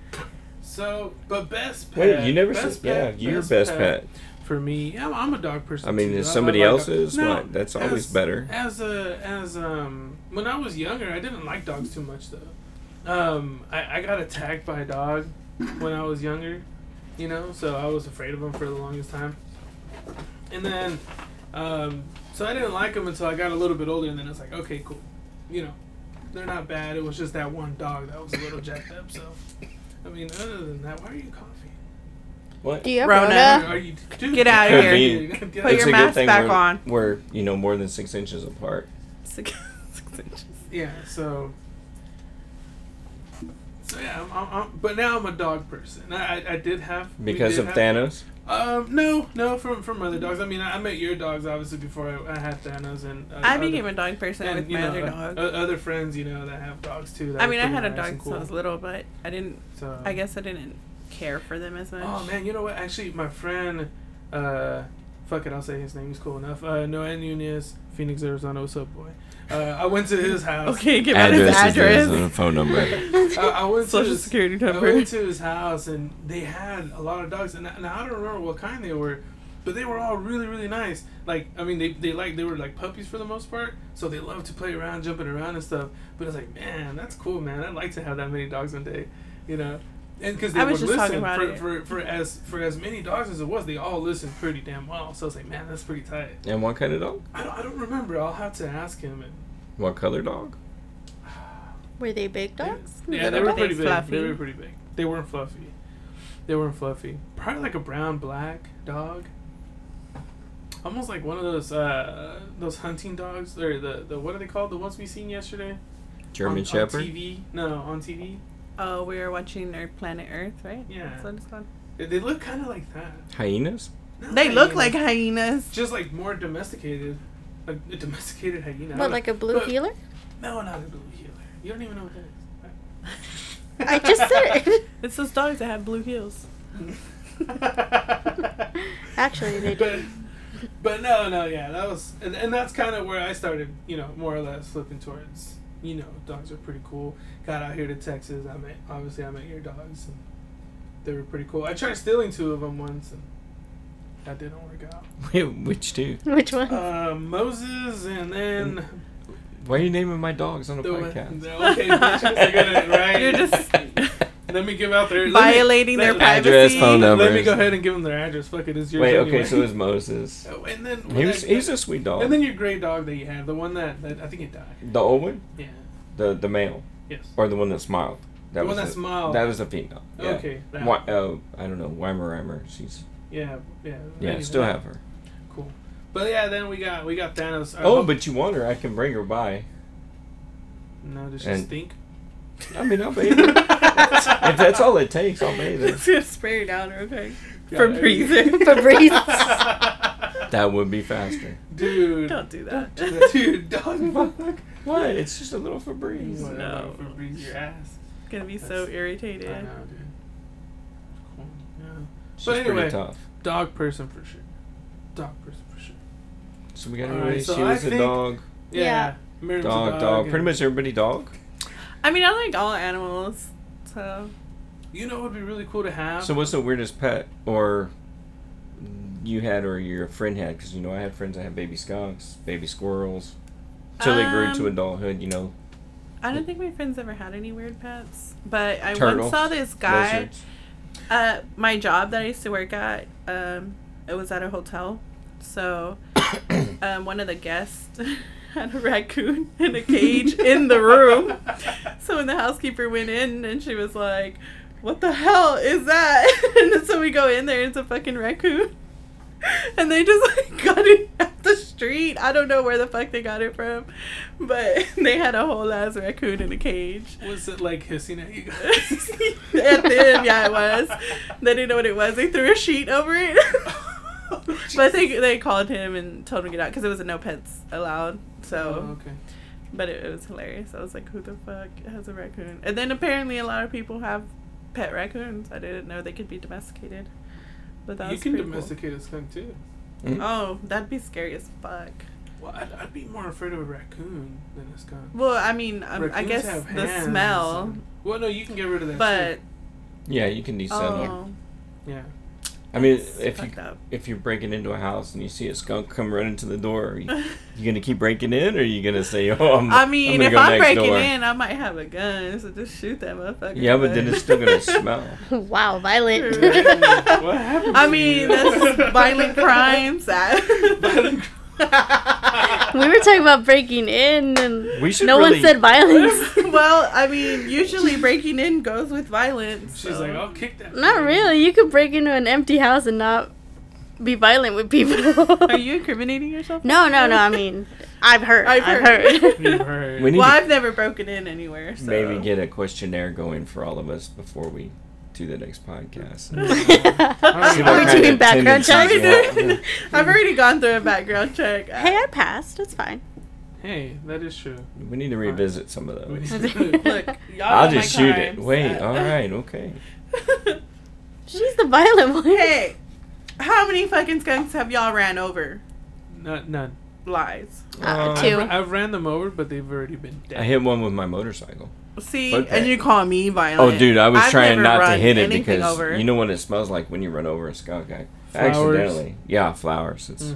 S1: So, but best pet.
S4: Wait, you never
S1: best
S4: said yeah.
S1: pet,
S4: Your best pet.
S1: for me. I'm, I'm a dog person.
S4: I mean,
S1: too.
S4: if
S1: I- I
S4: somebody
S1: like
S4: else's,
S1: dogs.
S4: what? That's always
S1: as-
S4: better.
S1: As a as um, when I was younger, I didn't like dogs too much though. Um, I, I got attacked by a dog when I was younger, you know, so I was afraid of them for the longest time. And then, um, so I didn't like them until I got a little bit older, and then it's like, okay, cool, you know, they're not bad. It was just that one dog that was a little jacked up. So, I mean, other than that, why are you coughing?
S4: What?
S2: Do you have
S3: Rona.
S1: Are,
S2: Rona?
S1: you? Dude,
S3: Get outta
S1: could
S4: here.
S1: be.
S3: Put your mask back
S4: we're,
S3: on.
S4: We're you know more than six inches apart.
S3: Six, six inches.
S1: Yeah, so. So yeah, I'm, I'm, I'm- but now I'm a dog person. I, I, I did have we
S4: Because
S1: did
S4: of
S1: have-
S4: Thanos,
S1: Um, no, no, from from other dogs. I mean, I, I met your dogs obviously before I, I had Thanos and. Uh,
S3: I
S1: other-
S3: became a dog person
S1: and,
S3: with
S1: you
S3: my
S1: know,
S3: other
S1: uh,
S3: dog.
S1: o- other friends, you know, that have dogs too. that
S3: I
S1: are
S3: mean, I
S1: pretty
S3: had a
S1: nice
S3: dog
S1: and
S3: since I was little, but I didn't.
S1: So
S3: I guess I didn't care for them as much.
S1: Oh man, you know what? Actually, my friend, uh, fuck it, I'll say his name. He's cool enough. Uh, Noel Nunez, Phoenix, Arizona. What's up, boy? Uh, I went to his house.
S3: Okay, give out his address,
S4: phone number.
S1: I, I went to
S3: social
S1: his,
S3: security
S1: I
S3: number.
S1: went to his house and they had a lot of dogs, and, I- and I don't remember what kind they were, but they were all really really nice. Like I mean, they they like they were like puppies for the most part, so they loved to play around, jumping around and stuff. But it's like, man, that's cool, man. I'd like to have that many dogs one day, you know. And because they
S3: I
S1: would
S3: was just talking
S1: listen
S3: about
S1: for,
S3: it.
S1: for, for as for as many dogs as it was, they all listened pretty damn well. So I was like, man, that's pretty tight.
S4: and what kind of dog?
S1: I don't, I don't remember. I'll have to ask him. And,
S4: What color dog?
S2: Were they big dogs?
S1: Yeah, they
S3: Were they
S1: were pretty big.
S3: fluffy?
S1: They were pretty big. They weren't fluffy. They weren't fluffy. Probably like a brown black dog. Almost like one of those uh, those hunting dogs or the, the what are they called? The ones we seen yesterday?
S4: German
S1: on,
S4: Shepherd.
S1: On TV? No, on TV.
S3: Oh, we were watching our Planet Earth, right?
S1: Yeah.
S3: That's what it's called.
S1: They, they look kind of like that.
S4: Hyenas.
S1: No,
S3: They look
S1: hyena.
S3: like hyenas.
S1: just like more domesticated, like a domesticated hyena.
S2: What, like a blue
S1: But-
S2: healer?
S1: No, not a blue healer. You don't even know what that is.
S2: I just said it.
S3: It's those dogs that have blue heels.
S2: Actually, they
S1: but,
S2: do.
S1: but no, no, yeah, that was, and, and that's kind of where I started, you know, more or less flipping towards, you know, dogs are pretty cool. Got out here to Texas. I met, obviously, I met your dogs, and they were pretty cool. I tried stealing two of them once, and that didn't work out.
S4: Wait, Which two?
S2: Which one?
S1: Uh, Moses, and then
S4: Why are you naming my dogs on a
S1: the one-
S4: podcast?
S1: the- okay, bitches are gonna, right?
S3: You're just
S1: let me give out their let me-
S3: violating their
S1: let-
S3: privacy.
S4: Address, phone number.
S1: Let me go ahead and give them their address. Fuck it, it's yours.
S4: Wait, okay,
S1: anyway.
S4: so it was Moses.
S1: Oh, and then
S4: He was, he's a sweet dog.
S1: and then your gray dog that you had, the one that, that I think it died.
S4: the old one,
S1: Yeah.
S4: the the male,
S1: Yes.
S4: or the one that smiled. That
S1: The one
S4: was
S1: that
S4: a-
S1: smiled.
S4: That was a female. Yeah.
S1: Okay. that
S4: Why,
S1: one.
S4: oh, I don't know. Weimaraner. She's
S1: yeah. Yeah.
S4: yeah.
S1: anyway.
S4: Still have her.
S1: cool. But yeah, then we got we got Thanos. I
S4: Oh,
S1: hope-
S4: but you want her? I can bring her by.
S1: no, does she
S4: and-
S1: stink?
S4: I mean, I'll bathe her. if that's all it takes, I'll bathe her.
S3: It's gonna spray her down real quick.
S1: Yeah,
S3: For
S1: I-
S3: breathing.
S2: Febreze.
S4: That would be faster.
S1: dude,
S3: Don't do that.
S1: dude, don't fuck.
S4: What? It's just a little Febreze.
S1: Whatever,
S3: No.
S1: Febreze your ass.
S3: gonna be so
S1: That's- I
S3: irritated.
S1: know, dude. Cool. Yeah.
S4: She's
S1: But anyway.
S4: pretty tough.
S1: Dog person for sure. Dog person for sure.
S4: So we got
S1: Alright,
S4: everybody.
S1: so
S4: she
S1: I
S4: was a
S1: think-
S4: dog.
S1: Yeah.
S2: Yeah.
S1: Miriam's a
S4: Dog, dog.
S1: and-
S4: Pretty much everybody dog.
S3: I mean, I like all animals, so
S1: You know what would be really cool to have?
S4: So what's the weirdest pet or you had or your friend had? Because you know I had friends that had baby skunks, baby squirrels, till they grew to
S3: Um,
S4: adulthood. You know,
S3: I don't think my friends ever had any weird pets. But I
S4: Turtles,
S3: once saw this guy.
S4: lizards.
S3: Uh, my job that I used to work at, um, it was at a hotel. So, um, one of the guests had a raccoon in a cage in the room. So when the housekeeper went in and she was like, "What the hell is that?" and then so we go in there, it's a fucking raccoon. And they just like got it at the street. I don't know where the fuck they got it from, but they had a whole ass raccoon in a cage.
S1: Was it like hissing at you guys?
S3: at the end, yeah, it was. They didn't know what it was. They threw a sheet over it. but they they called him and told him to get out because it was a no pets allowed.
S1: Oh,
S3: So,
S1: okay.
S3: but it, it was hilarious. I was like, who the fuck has a raccoon? And then apparently a lot of people have pet raccoons. I didn't know they could be domesticated. But that
S1: You
S3: was
S1: can
S3: pretty
S1: domesticate a skunk too.
S4: Mhm.
S3: Cool. Oh, that'd be scary as fuck.
S1: Well, I'd, I'd be more afraid of a raccoon than a skunk.
S3: Well, I mean, um, I
S1: Raccoons
S3: guess
S1: have
S3: the
S1: hands
S3: smell,
S1: and- Well, no, you can get rid of that.
S3: but
S4: Yeah, you can desettle.
S3: oh,
S1: too. yeah.
S4: I mean,
S3: it's
S4: if you
S3: fucked up.
S4: if you're breaking into a house and you see a skunk come running to the door, are you, you gonna keep breaking in, or are you gonna say, "Oh, I'm"?
S3: I mean,
S4: gonna
S3: if
S4: go
S3: I'm
S4: next
S3: breaking
S4: door.
S3: in, I might have a gun, so just shoot that motherfucker.
S4: yeah, but then it's still gonna smell.
S2: wow, violent.
S1: What happened? to
S3: I
S1: you?
S3: mean, that's violent crimes.
S1: Violent
S3: violent
S2: we were talking about breaking in, and
S4: We should
S2: no
S4: really-
S2: one said violence.
S3: well, I mean, usually breaking in goes with violence.
S1: She's
S3: so-
S1: like, I'll kick that.
S2: Not
S1: bitch."
S2: really. You could break into an empty house and not be violent with people.
S3: Are you incriminating yourself?
S2: No, no, no. I mean, I've heard. I've,
S3: I've
S2: heard.
S3: heard.
S1: You've heard.
S4: We need
S3: Well,
S4: to
S3: I've never broken in anywhere. So.
S4: maybe get a questionnaire going for all of us before we do the next podcast.
S1: See what
S2: Are
S1: kind
S2: we doing
S4: of
S2: background checks?
S4: tendencies
S2: hey,
S4: you have.
S3: I've already gone through a background check.
S2: I passed. It's fine.
S1: Hey, that is true.
S4: We need to revisit some of
S1: We need
S4: those.
S1: to-
S3: Look, y'all
S4: I'll
S3: know my
S4: just shoot it.
S3: crimes. Uh,
S4: Wait, all right, okay.
S2: She's the violent one.
S3: hey, how many fucking skunks have y'all ran over?
S1: Not none.
S3: Lies.
S2: Uh,
S4: Um,
S2: two.
S1: I've, I've ran them over, but they've already been dead.
S4: I hit one with my motorcycle.
S3: See,
S4: Fuck that.
S3: and you call me
S4: Oh,
S3: violent.
S4: dude, I was
S3: I've
S4: trying
S3: never
S4: not to
S3: run
S4: hit it
S3: anything
S4: because
S3: over.
S4: you know what it smells like when you run over a skunk. I,
S1: Flowers.
S4: accidentally, yeah, flowers. It's,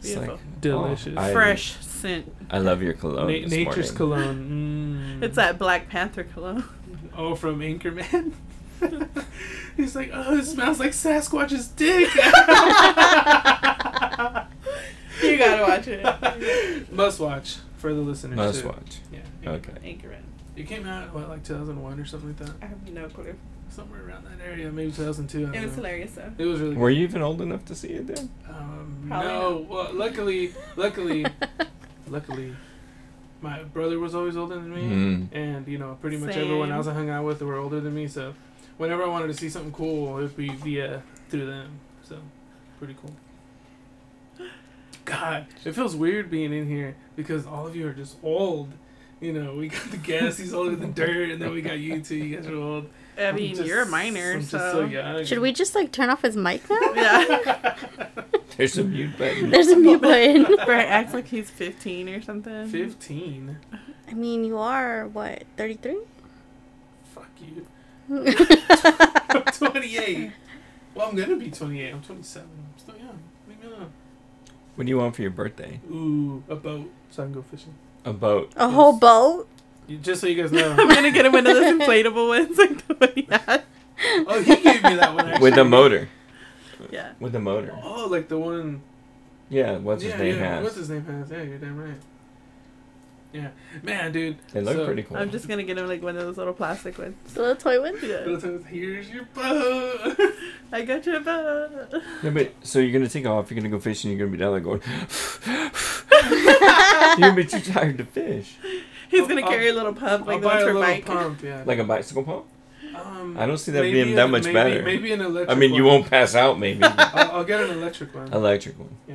S1: Mm.
S4: it's like oh,
S3: Beautiful.
S1: Delicious.
S4: I-
S3: fresh scent.
S4: I love your
S1: Na-
S4: cologne. this
S1: nature's
S4: morning.
S1: cologne. Mm.
S3: It's that Black Panther cologne.
S1: Oh, from Anchorman. He's like, oh, it smells like Sasquatch's dick.
S3: You gotta watch it.
S1: Must watch for the listeners.
S4: Must
S1: too.
S4: watch.
S1: Yeah.
S4: Okay.
S3: Anchorman.
S1: It came out what, like 2001 or something like that,
S3: I have no clue.
S1: somewhere around that area, maybe 2002. I
S3: It
S1: don't
S3: was
S1: know.
S3: hilarious though.
S1: It was really.
S4: Were you even old enough to see it then?
S1: good. Um,
S3: Probably
S1: no. Well, luckily, luckily, luckily, my brother was always older than me.
S4: Mm.
S1: and you know pretty much everyone
S3: Same.
S1: else I hung out with they were older than me. So whenever I wanted to see something cool, it'd be via through them. So pretty cool. God, it feels weird being in here because all of you are just old. You know, we got the guest, he's older than dirt, and then we got you two. You guys are old.
S3: I
S1: I'm
S3: mean,
S1: just-
S3: you're a minor,
S1: I'm just
S3: so.
S1: young.
S2: Should we just like turn off his mic now?
S3: yeah.
S4: There's a mute button.
S2: There's a mute button.
S3: Brett acts like he's 15 or something.
S1: Fifteen.
S2: I mean, you are what 33?
S1: Fuck you. I'm 28. Well, I'm gonna be 28. I'm 27. I'm still young. Leave me alone.
S4: What do you want for your birthday?
S1: Ooh, a boat so I can go fishing.
S4: A boat.
S2: a whole boat.
S1: You, just so you guys
S3: I'm
S1: know.
S3: gonna get him one of those inflatable ones like the one he had.
S1: oh, he gave me that one actually.
S4: With a motor.
S3: Yeah.
S4: With a motor.
S1: Oh, like the one.
S4: Yeah, what's
S1: yeah,
S4: his name
S1: yeah,
S4: has.
S1: What's his name has? Yeah, you're damn right. Man, dude.
S4: They look
S1: so-
S4: pretty cool.
S3: I'm just gonna get him like one of those little plastic ones.
S2: The little toy one?
S3: Yeah.
S1: That's what- Here's your boat.
S3: I got you about.
S4: Yeah, but so you're gonna take off, you're gonna go fishing, you're gonna be down there going. you're gonna be too tired to fish.
S3: He's
S1: I'll-
S3: gonna carry a little pump
S1: I'll
S3: like
S1: buy
S3: those
S1: a
S3: for
S1: little
S3: Mike.
S1: pump, yeah.
S4: Like a bicycle pump?
S1: um,
S4: I don't see that
S1: maybe
S4: being
S1: a-
S4: that much
S1: maybe-
S4: better.
S1: Maybe an electric
S4: I mean, you
S1: one.
S4: won't pass out, maybe. but
S1: I'll, I'll get an electric one.
S4: Electric one.
S1: Yeah.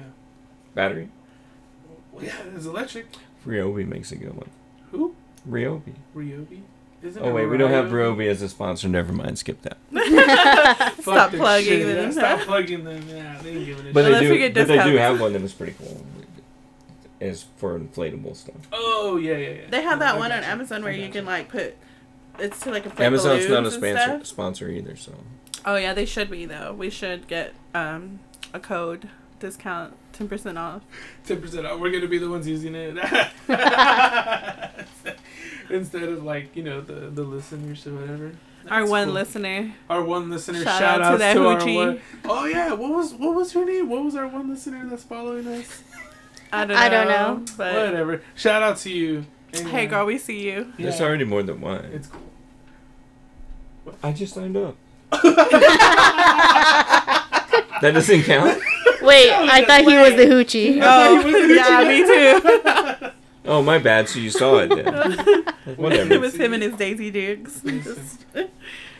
S4: Battery?
S1: Well, yeah, it's electric.
S4: Ryobi makes a good one.
S1: Who?
S4: Ryobi.
S1: Ryobi? Isn't
S4: Oh,
S1: it
S4: wait, we don't have
S1: Ryobi?
S4: Ryobi as a sponsor. Never mind, skip that.
S1: Fuck
S3: Stop
S1: that
S3: plugging
S1: shit,
S3: them.
S1: yeah, Stop plugging them. Yeah, they ain't giving a
S4: But
S1: shit.
S3: Unless
S4: they
S3: we
S4: do,
S3: get
S4: but they do
S3: discounts.
S4: have one that was pretty cool. Is for inflatable stuff.
S1: Oh yeah, yeah, yeah.
S3: They have
S1: No,
S3: that
S1: I
S3: one on
S1: gotcha.
S3: Amazon where
S1: I
S3: you
S1: gotcha.
S3: can like put. It's to like a
S4: Amazon's not a sponsor,
S3: sponsor.
S4: sponsor either, so
S3: Oh yeah, they should be though. We should get um a code discount, ten percent off.
S1: Ten percent off. We're gonna be the ones using it instead of like you know the the listeners or whatever.
S3: Our
S1: That's
S3: one
S1: cool.
S3: listener.
S1: Our one listener.
S3: Shout
S1: Shout,
S3: out to
S1: out to,
S3: that
S1: our
S3: hoochie.
S1: one. Oh yeah, what was what was her name? What was our one listener that's following us?
S3: I don't know.
S2: I don't know.
S3: But
S1: Whatever. Shout out to you.
S3: hey,
S1: Anyway,
S3: girl, we see you.
S1: yeah,
S4: there's already more than one.
S1: It's cool.
S4: I just signed up. that doesn't count.
S2: Wait, I thought he was the hoochie. Oh.
S1: thought he was the
S3: yeah, me too.
S4: Oh, my bad. So you saw it then.
S3: it
S4: Whatever.
S3: was him and his Daisy Dukes.
S1: Listen.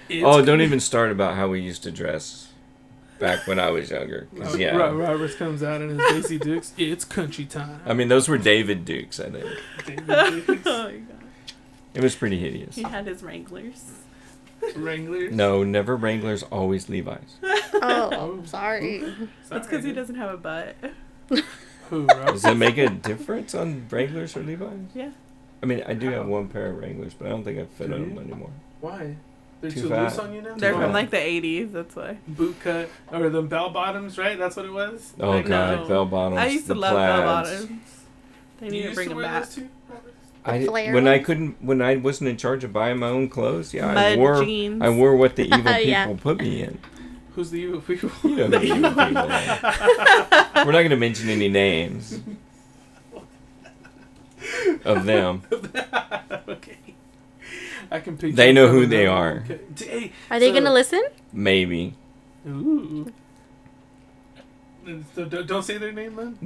S1: It's
S4: Oh, don't even start about how we used to dress back when I was younger. 'cause, yeah.
S1: Ro- Roberts comes out in his Daisy Dukes. It's country time.
S4: I mean, those were David Dukes, I think.
S1: Daisy
S3: oh
S1: Dukes,
S3: my god,
S4: It was pretty hideous.
S3: he had his Wranglers.
S1: Wranglers.
S4: No, never Wranglers, always Levi's.
S2: Oh, sorry.
S3: That's because he doesn't have a butt.
S1: Who, Rob?
S4: Does that make a difference on Wranglers or Levi's?
S3: Yeah.
S4: I mean, I do have one pair of Wranglers, but I don't think I fit
S1: Do
S4: on
S1: you?
S4: them anymore.
S1: Why? They're
S4: Too
S1: too,
S4: fat.
S1: loose on you now.
S3: They're
S1: Why?
S3: from like the '80s. That's why.
S1: boot cut or the bell bottoms, right? That's what it was.
S4: Oh,
S3: I
S4: God.
S3: know.
S4: Bell bottoms.
S3: I used to
S4: the
S3: love bell
S4: plaids.
S3: bottoms. They
S1: You
S3: need to
S1: used
S3: bring them
S1: wear
S3: back.
S1: those too, Roberts?
S4: I,
S2: The
S4: did- when I
S2: flare-ons?
S4: couldn't, when I wasn't in charge of buying my own clothes, yeah, I
S3: Mud
S4: wore,
S3: jeans.
S4: I wore what the evil people
S2: Yeah.
S4: put me in.
S1: Who's the evil people?
S4: You know who the evil people are. We're not going to mention any names of them.
S1: okay. I can picture.
S4: They know
S1: them
S4: who
S1: coming
S4: they
S1: up.
S4: are.
S1: Okay. D- hey,
S2: Are they
S1: so-
S2: gonna listen?
S4: Maybe.
S1: Ooh. And So don't, don't say their name then.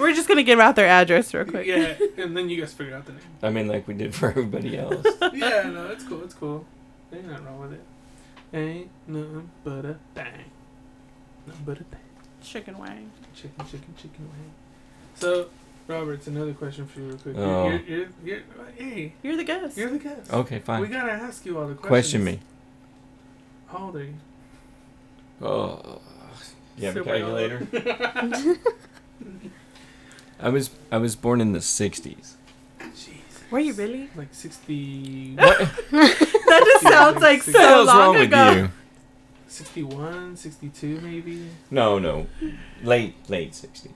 S3: We're just gonna give out their address real quick.
S1: Okay. yeah, and then you guys figure out the name.
S4: I mean, like we did for everybody else.
S1: Yeah, no, it's cool. It's cool. Ain't nothing wrong with it. Ain't nothing but a thing. Nothing but a thing.
S3: Chicken wing.
S1: Chicken, chicken, chicken wing. So, Roberts, another question for you, real quick. You're-
S4: Oh.
S1: You're, you're, you're, hey,
S3: You're the guest.
S1: you're the guest.
S4: Okay, fine.
S1: We gotta ask you all the questions.
S4: Question me.
S1: How old are you?
S4: Oh, you have a
S1: Super
S4: calculator? I was I was born in the '60s.
S1: Jeez,
S3: Were you really?
S1: like sixty,
S3: That just sounds like
S1: What
S4: What the
S3: so
S4: hell's
S3: long
S4: wrong
S3: ago.
S4: with you?
S1: sixty-one, sixty-two, maybe.
S4: No, no, late late '60s.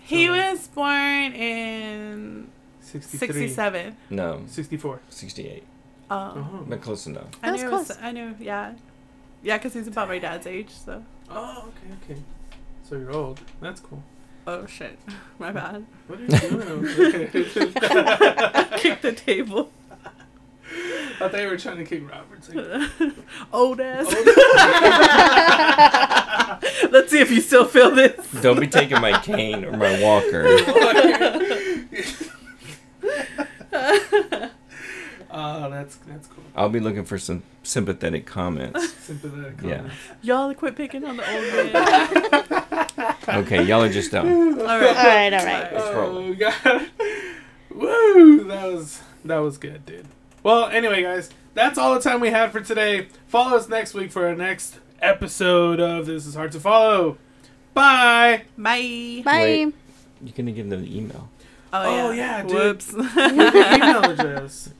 S3: He
S1: So-
S3: was born in
S1: 63,
S3: '67.
S4: No,
S1: 64.
S4: '68.
S3: Oh,
S1: Oh.
S4: But close enough.
S3: I
S2: That was
S3: knew. It was,
S2: close.
S3: I knew. Yeah, yeah, because he's about my dad's age. So.
S1: Oh, okay, okay. So you're old. That's cool.
S3: Oh shit, my bad.
S1: What are you doing? Okay.
S3: Kick the table.
S1: I thought you were trying to kick Roberts. Like,
S3: Old ass.
S1: oh,
S3: Let's see if you still feel this.
S4: Don't be taking my cane or my walker.
S1: Oh, that's that's cool.
S4: I'll be looking for some sympathetic comments.
S1: Sympathetic
S4: Yeah.
S1: comments.
S3: Y'all quit picking on the old man.
S4: Okay, y'all are just dumb.
S3: All right.
S2: Alright, alright.
S4: It's
S1: Oh
S4: rolling.
S1: god. Woo! That was that was good, dude. Well, anyway, guys, that's all the time we had for today. Follow us next week for our next episode of This Is Hard to Follow. Bye.
S3: Bye.
S2: Bye.
S4: Wait. You're gonna give them the email.
S1: Oh, yeah, dude.
S3: Whoops.
S1: Give the email address.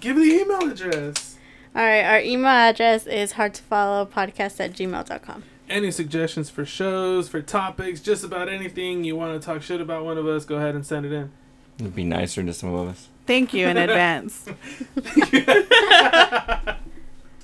S1: Give the email address.
S2: Alright, our email address is hard to follow podcast at gmail.com.
S1: Any suggestions for shows, for topics, just about anything you want to talk shit about one of us, go ahead and send it in.
S4: It'd be nicer to some of us.
S3: Thank you in advance.